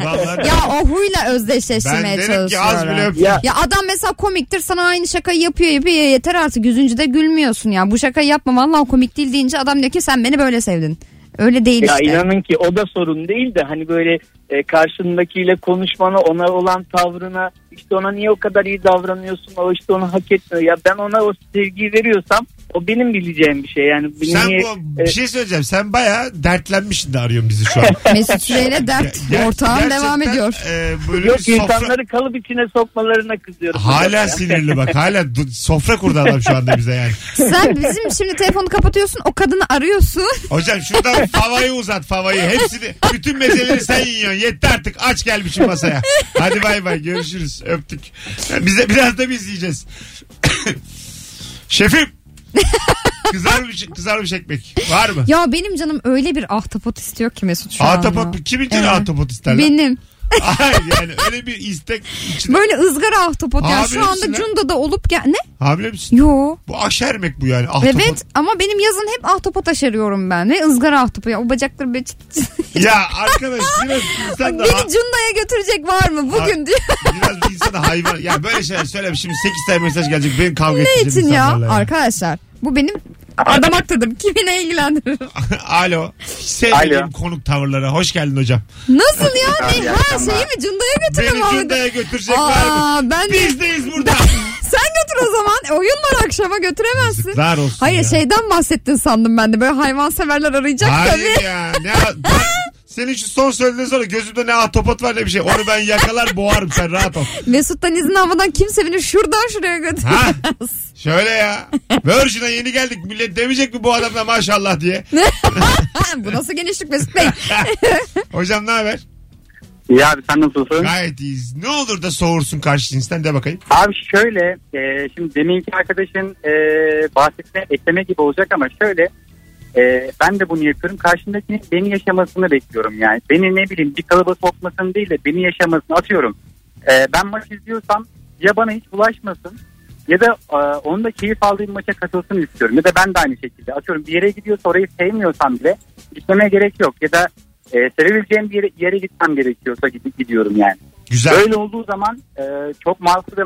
Speaker 2: Vallahi
Speaker 3: Ya o huyla
Speaker 2: ben
Speaker 3: özdeşleştirmeye
Speaker 2: derim ki az bile
Speaker 3: çalışıyorum.
Speaker 2: öp.
Speaker 8: Ya
Speaker 3: Ya adam mesela komiktir sana aynı şakayı yapıyor yapıyor ya yeter artık yüzüncü de gülmüyorsun ya bu şakayı yapma vallahi komik değil deyince adam diyor ki sen beni böyle sevdin. Öyle değil
Speaker 8: Ya
Speaker 3: işte.
Speaker 8: inanın ki o da sorun değil de hani böyle e, karşındakiyle konuşmana ona olan tavrına işte ona niye o kadar iyi davranıyorsun o işte onu hak etmiyor. Ya ben ona o sevgiyi veriyorsam o benim bileceğim bir şey yani. benim
Speaker 2: Sen
Speaker 8: niye- e,
Speaker 2: bu bir şey söyleyeceğim. Sen bayağı dertlenmişsin de arıyorsun bizi şu an.
Speaker 8: [LAUGHS]
Speaker 3: Mesut Süreyle dert
Speaker 2: Ger-
Speaker 3: ortağım
Speaker 2: gerçekten,
Speaker 3: devam ediyor.
Speaker 2: e, böyle
Speaker 8: Yok
Speaker 2: bir sofra-
Speaker 8: insanları kalıp içine sokmalarına kızıyorum.
Speaker 2: Hala
Speaker 8: Ya.
Speaker 2: sinirli bak. Hala d- sofra kurdu adam şu anda bize yani.
Speaker 3: Sen bizim şimdi telefonu kapatıyorsun o kadını arıyorsun. [LAUGHS]
Speaker 2: Hocam
Speaker 8: [LAUGHS]
Speaker 2: şuradan favayı uzat favayı. Hepsini bütün mezeleri sen yiyorsun. Yetti artık aç gelmişim masaya. Hadi bay bay görüşürüz. Öptük. Bize biraz da biz yiyeceğiz. [COUGHS] Şefim. Kızarmış, kızarmış ekmek. Var mı?
Speaker 3: Ya benim canım öyle bir ahtapot istiyor ki Mesut şu anda.
Speaker 2: Atapot mu? Kimin canı
Speaker 3: Evet.
Speaker 2: atapot ister lan?
Speaker 3: Benim.
Speaker 2: Hayır yani öyle bir istek içinde.
Speaker 3: Böyle ızgara ahtapot. Ya
Speaker 2: Hamile
Speaker 3: şu anda
Speaker 2: misin lan?
Speaker 3: Cunda'da olup gel... Ne?
Speaker 2: Hamile misin?
Speaker 3: Yo.
Speaker 2: Bu aşermek bu yani. Ahtapot.
Speaker 3: Evet ama benim yazın hep ahtapot aşarıyorum ben. Ve ızgara ahtapot. Ya O bacakları böyle
Speaker 2: [LAUGHS]
Speaker 3: çıt çıt.
Speaker 2: Ya arkadaş biraz insan da
Speaker 3: Beni Cunda'ya götürecek var mı bugün diyor.
Speaker 2: biraz insan da hayvan. Ya böyle şeyler söyleme şimdi 8 tane mesaj gelecek. Benim kavga
Speaker 3: Ne
Speaker 2: edeceğim
Speaker 3: için ya?
Speaker 2: insanlarla
Speaker 3: Arkadaşlar bu benim adam aktadım. Kimine ilgilendirir?
Speaker 2: [LAUGHS] Alo. Hiç Sevmediğim
Speaker 8: Alo.
Speaker 2: konuk tavırlara. Hoş geldin hocam.
Speaker 3: Nasıl ya?
Speaker 8: Abi,
Speaker 3: Ne?
Speaker 8: iyi
Speaker 3: Ha
Speaker 8: akşamlar.
Speaker 3: şeyi mi Cunda'ya
Speaker 2: Beni
Speaker 3: götürdüm abi?
Speaker 2: Cunda'ya götürecekler.
Speaker 3: Aa ben de
Speaker 2: Bizdeyiz
Speaker 3: [LAUGHS]
Speaker 2: burada.
Speaker 3: sen götür o zaman. E, Oyun var akşama götüremezsin.
Speaker 2: Yazıklar olsun
Speaker 3: Hayır
Speaker 2: ya.
Speaker 3: şeyden bahsettin sandım ben de. Böyle hayvanseverler arayacak tabii.
Speaker 2: Hayır ya. Ne, ben- senin şu son söylediğin sonra gözümde ne atopot var ne bir şey. Onu ben yakalar boğarım sen rahat ol.
Speaker 3: Mesut'tan izin almadan kimse beni şuradan şuraya
Speaker 2: Ha?
Speaker 3: götüremez.
Speaker 2: Şöyle ya. Virgin'a yeni geldik. Millet demeyecek mi bu adamla maşallah diye.
Speaker 3: [LAUGHS] bu nasıl genişlik
Speaker 2: [LAUGHS]
Speaker 3: Mesut Bey?
Speaker 2: Hocam ne haber?
Speaker 10: İyi abi sen nasılsın?
Speaker 2: Gayet iyiyiz. Ne olur da soğursun karşı cinsten de bakayım.
Speaker 10: Abi şöyle e, şimdi deminki arkadaşın e, bahsettiğine ekleme gibi olacak ama şöyle e, ben de bunu yapıyorum. Karşımdakinin beni yaşamasını bekliyorum yani. Beni ne bileyim bir kalıba sokmasını değil de beni yaşamasını atıyorum. E, ben maç izliyorsam ya bana hiç bulaşmasın ya da e, onun da keyif aldığım maça katılsın istiyorum. Ya da ben de aynı şekilde atıyorum bir yere gidiyorsa orayı sevmiyorsam bile gitmeme gerek yok. Ya da e, sevebileceğim bir yere, yere gitmem gerekiyorsa gidip gidiyorum yani.
Speaker 2: Güzel.
Speaker 10: Böyle olduğu zaman e, çok makul ve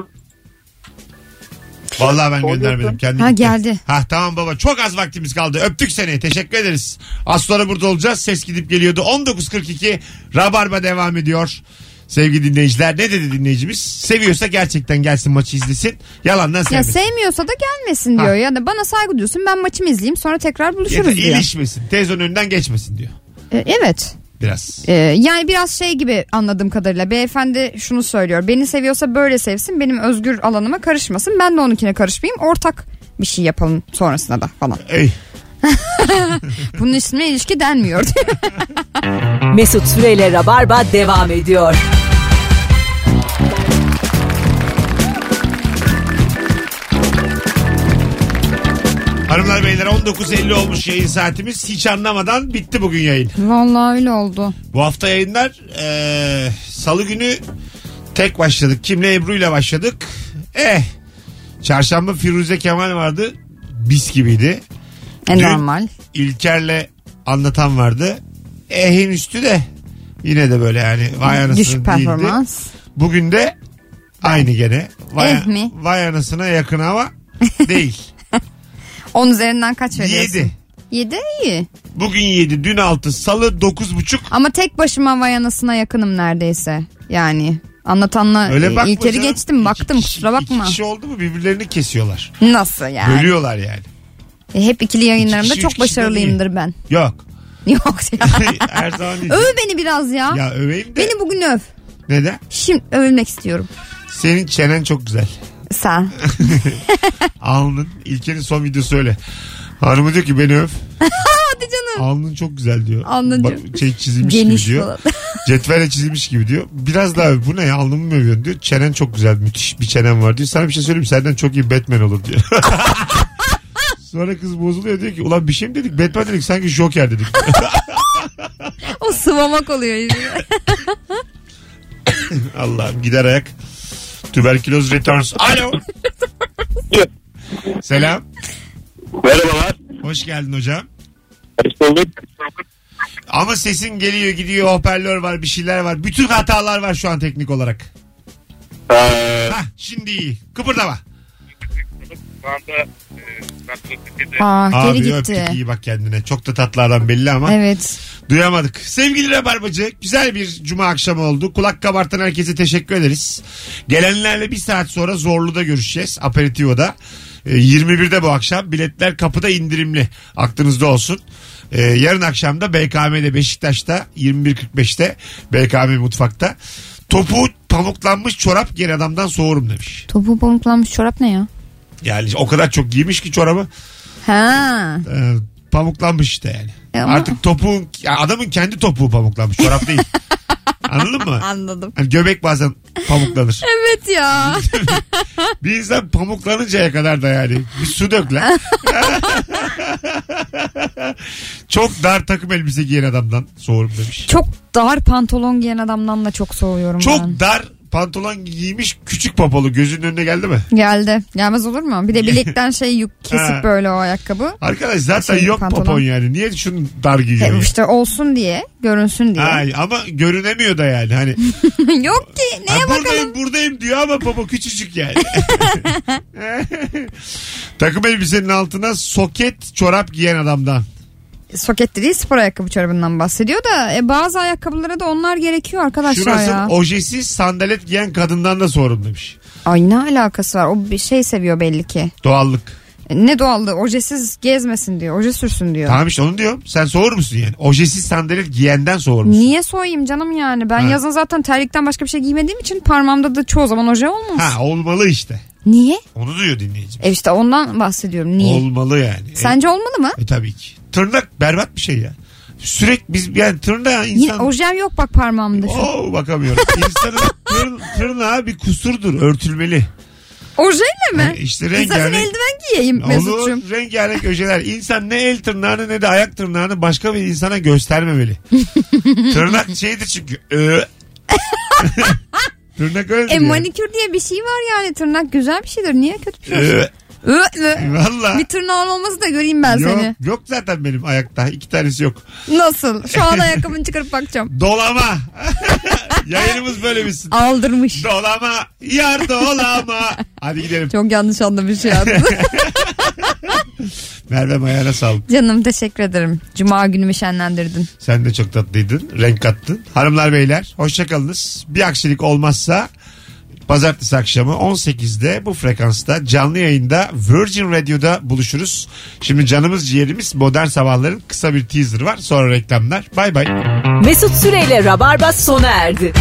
Speaker 2: Vallahi ben
Speaker 10: Soruyorsun.
Speaker 2: göndermedim. Kendim
Speaker 3: Ha,
Speaker 2: gittim.
Speaker 3: geldi.
Speaker 2: Ha tamam baba çok az vaktimiz kaldı. Öptük seni. Teşekkür ederiz. Az sonra burada olacağız. Ses gidip geliyordu. 19.42 Rabarba devam ediyor. Sevgili dinleyiciler ne dedi dinleyicimiz? Seviyorsa gerçekten gelsin maçı izlesin. Yalandan
Speaker 3: ya
Speaker 2: sevmesin.
Speaker 3: sevmiyorsa da gelmesin diyor.
Speaker 2: Ha.
Speaker 3: Ya da bana saygı diyorsun ben maçımı izleyeyim sonra tekrar
Speaker 2: Ya da
Speaker 3: buluşuruz diyor.
Speaker 2: ilişmesin. Tezon önünden geçmesin diyor.
Speaker 3: E, evet.
Speaker 2: Biraz.
Speaker 3: E, yani biraz şey gibi anladığım kadarıyla beyefendi şunu söylüyor. Beni seviyorsa böyle sevsin benim özgür alanıma karışmasın. Ben de onunkine karışmayayım ortak bir şey yapalım sonrasında da
Speaker 2: [LAUGHS]
Speaker 3: falan.
Speaker 2: Ey.
Speaker 3: Bunun ismine
Speaker 2: [LAUGHS]
Speaker 3: ilişki denmiyor.
Speaker 1: Mesut Süreyle Rabarba devam ediyor.
Speaker 2: Hanımlar beyler 19.50 olmuş yayın saatimiz. Hiç anlamadan bitti bugün yayın.
Speaker 3: Vallahi öyle oldu.
Speaker 2: Bu hafta yayınlar eee, salı günü tek başladık. Kimle Ebru'yla başladık. Eh. Çarşamba Firuze Kemal vardı. Bis gibiydi.
Speaker 3: E,
Speaker 2: Dün-
Speaker 3: normal.
Speaker 2: İlker'le anlatan vardı. Ehin üstü de yine de böyle yani vay anasını
Speaker 3: Düşük
Speaker 2: değildi.
Speaker 3: performans.
Speaker 2: Bugün de aynı gene. Vay,
Speaker 3: Eh mi?
Speaker 2: vay anasına yakın
Speaker 3: [LAUGHS]
Speaker 2: ama değil.
Speaker 3: On üzerinden kaç veriyorsun?
Speaker 2: 7.
Speaker 3: Yedi iyi.
Speaker 2: Bugün 7, dün 6, salı 9.30.
Speaker 3: Ama tek başıma vay anasına yakınım neredeyse. Yani anlatanla
Speaker 2: Öyle bakma
Speaker 3: e, İlker'i
Speaker 2: canım.
Speaker 3: geçtim
Speaker 2: İki
Speaker 3: baktım
Speaker 2: kişi-
Speaker 3: kusura bakma.
Speaker 2: İki kişi oldu mu birbirlerini kesiyorlar.
Speaker 3: Nasıl yani?
Speaker 2: Bölüyorlar yani.
Speaker 3: E, hep ikili
Speaker 2: İki
Speaker 3: yayınlarımda
Speaker 2: kişi, üç
Speaker 3: çok
Speaker 2: kişi de
Speaker 3: başarılıyımdır ben. [LAUGHS]
Speaker 2: Yok. [LAUGHS]
Speaker 3: Yok ya.
Speaker 2: Her zaman değil.
Speaker 3: Öv beni biraz ya.
Speaker 2: Ya öveyim de.
Speaker 3: Beni bugün öv.
Speaker 2: Neden?
Speaker 3: Şimdi övülmek istiyorum.
Speaker 2: Senin çenen çok güzel. [LAUGHS]
Speaker 3: Sen.
Speaker 2: Alnın. İlker'in son videosu öyle. Hanımı diyor ki beni öv.
Speaker 3: [LAUGHS] Hadi canım.
Speaker 2: Alnın çok güzel diyor.
Speaker 3: Alnın
Speaker 2: Bak, şey çizilmiş
Speaker 3: Geniş
Speaker 2: gibi diyor.
Speaker 3: falan. [LAUGHS]
Speaker 2: Cetvelle çizilmiş gibi diyor. Biraz daha bu ne ya alnımı mı övüyorsun diyor. Çenen çok güzel müthiş bir çenen var diyor. Sana bir şey söyleyeyim mi? senden çok iyi Batman olur diyor. [LAUGHS] Sonra kız bozuluyor diyor ki ulan bir şey mi dedik Batman dedik sanki Joker dedik.
Speaker 3: O sıvamak oluyor.
Speaker 2: [LAUGHS] Allah'ım gider ayak. Tüberküloz returns. Alo. Selam.
Speaker 4: Merhabalar.
Speaker 2: Hoş geldin hocam.
Speaker 4: Hoş bulduk.
Speaker 2: Ama sesin geliyor gidiyor hoparlör var bir şeyler var. Bütün hatalar var şu an teknik olarak.
Speaker 4: Ee,
Speaker 2: Hah şimdi iyi. Kıpırdama.
Speaker 4: şu anda e, ben Türkiye'de-
Speaker 3: Aa,
Speaker 2: Abi
Speaker 3: geri gitti.
Speaker 2: öptük iyi bak kendine. Çok da tatlardan belli ama.
Speaker 3: Evet.
Speaker 2: Duyamadık. Sevgili Rabarbacı güzel bir cuma akşamı oldu. Kulak kabartan herkese teşekkür ederiz. Gelenlerle bir saat sonra Zorlu'da görüşeceğiz. Aperitivo'da. E, 21'de bu akşam biletler kapıda indirimli. Aklınızda olsun. E, yarın akşam da BKM'de Beşiktaş'ta 21.45'te BKM mutfakta. Topu pamuklanmış çorap geri adamdan soğurum demiş.
Speaker 3: Topu pamuklanmış çorap ne ya?
Speaker 2: Yani o kadar çok giymiş ki çorabı.
Speaker 3: Ha.
Speaker 2: e, pamuklanmış işte yani.
Speaker 3: E ama-
Speaker 2: Artık topuğun ya adamın kendi topuğu pamuklanmış çorap
Speaker 3: [LAUGHS]
Speaker 2: değil. Anladın mı?
Speaker 3: Anladım.
Speaker 2: Hani göbek bazen pamuklanır.
Speaker 3: Evet
Speaker 2: [LAUGHS]
Speaker 3: ya.
Speaker 2: Bir insan pamuklanıncaya kadar da yani bir su dök
Speaker 3: [LAUGHS]
Speaker 2: lan. Çok dar takım elbise giyen adamdan soğurum demiş.
Speaker 3: çok dar pantolon giyen adamdan da çok soğuyorum ben.
Speaker 2: Çok dar pantolon giymiş küçük popolu gözünün önüne geldi mi?
Speaker 3: Geldi. Gelmez olur mu? Bir de bilekten
Speaker 2: [LAUGHS]
Speaker 3: şey yük
Speaker 2: Ha.
Speaker 3: kesip böyle o ayakkabı.
Speaker 2: Arkadaş zaten
Speaker 3: Şey,
Speaker 2: yok
Speaker 3: pantolon.
Speaker 2: popon yani. Niye şunu dar giyiyor?
Speaker 3: E,
Speaker 2: ya?
Speaker 3: işte olsun diye, görünsün diye.
Speaker 2: Ay, ama görünemiyor da yani. Hani
Speaker 3: [LAUGHS] Yok ki. Neye
Speaker 2: Ha,
Speaker 3: bakalım?
Speaker 2: buradayım buradayım diyor ama baba küçücük yani. [LAUGHS] Takım elbisenin altına soket çorap giyen adamdan.
Speaker 3: Soketli değil spor ayakkabı çorabından bahsediyor da e, bazı ayakkabılara da onlar gerekiyor arkadaşlar
Speaker 2: Şurası
Speaker 3: ya.
Speaker 2: ojesi sandalet giyen kadından da sorun demiş.
Speaker 3: Ay ne alakası var? O bir şey seviyor belli ki.
Speaker 2: Doğallık.
Speaker 3: E, Ne doğallığı. Ojesiz gezmesin diyor. Oje sürsün diyor.
Speaker 2: Tamam işte onu diyorum. Sen soğur musun yani? Ojesiz sandalet giyenden soğur musun?
Speaker 3: Niye soyayım canım yani? Ben
Speaker 2: Ha.
Speaker 3: yazın zaten terlikten başka bir şey giymediğim için parmağımda da çoğu zaman oje olmaz.
Speaker 2: Ha olmalı işte.
Speaker 3: Niye?
Speaker 2: Onu diyor dinleyici.
Speaker 3: E işte ondan bahsediyorum. Niye?
Speaker 2: Olmalı yani.
Speaker 3: Sence olmalı mı?
Speaker 2: E, e tabii ki. Tırnak berbat bir şey ya. Sürekli biz yani tırnağa
Speaker 3: Yine
Speaker 2: insan...
Speaker 3: ojem yok bak parmağımda şu.
Speaker 2: Oo, bakamıyorum. İnsanın tır, tırnağı bir kusurdur. Örtülmeli.
Speaker 3: Ojeyle mi?
Speaker 2: Yani E, işte renk
Speaker 3: İstersen
Speaker 2: yani-
Speaker 3: eldiven giyeyim Mesut'cum.
Speaker 2: Olur rengarenk öjeler. İnsan ne el tırnağını ne de ayak tırnağını başka bir insana
Speaker 3: [LAUGHS]
Speaker 2: göstermemeli. Tırnak şeydir çünkü. Ö. Tırnak öyle
Speaker 3: E
Speaker 2: diyor.
Speaker 3: manikür diye bir şey var yani tırnak güzel bir şeydir. Niye kötü bir şey? olsun?
Speaker 2: Ö. e,
Speaker 3: Ö, ö.
Speaker 2: Valla.
Speaker 3: Bir tırnağın olması da göreyim ben
Speaker 2: Yok,
Speaker 3: seni.
Speaker 2: yok zaten benim ayakta. iki tanesi yok.
Speaker 3: Nasıl? Şu an ayakkabını çıkarıp bakacağım. [LAUGHS]
Speaker 2: Dolama. Yayınımız böyle bitsin.
Speaker 3: Aldırmış.
Speaker 2: Dolama. Yar dolama. Hadi gidelim.
Speaker 3: Çok yanlış
Speaker 2: [LAUGHS]
Speaker 3: anlamış ya.
Speaker 2: Merve ayağına sağlık.
Speaker 3: Canım teşekkür ederim. Cuma günümü şenlendirdin.
Speaker 2: Sen de çok tatlıydın. Renk kattın. Hanımlar beyler hoşçakalınız. Bir aksilik olmazsa pazartesi akşamı 18'de bu frekansta canlı yayında Virgin Radio'da buluşuruz. Şimdi canımız ciğerimiz modern sabahların kısa bir teaser var. Sonra reklamlar. Bay bay.
Speaker 1: Mesut Süreyle Rabarba sona erdi.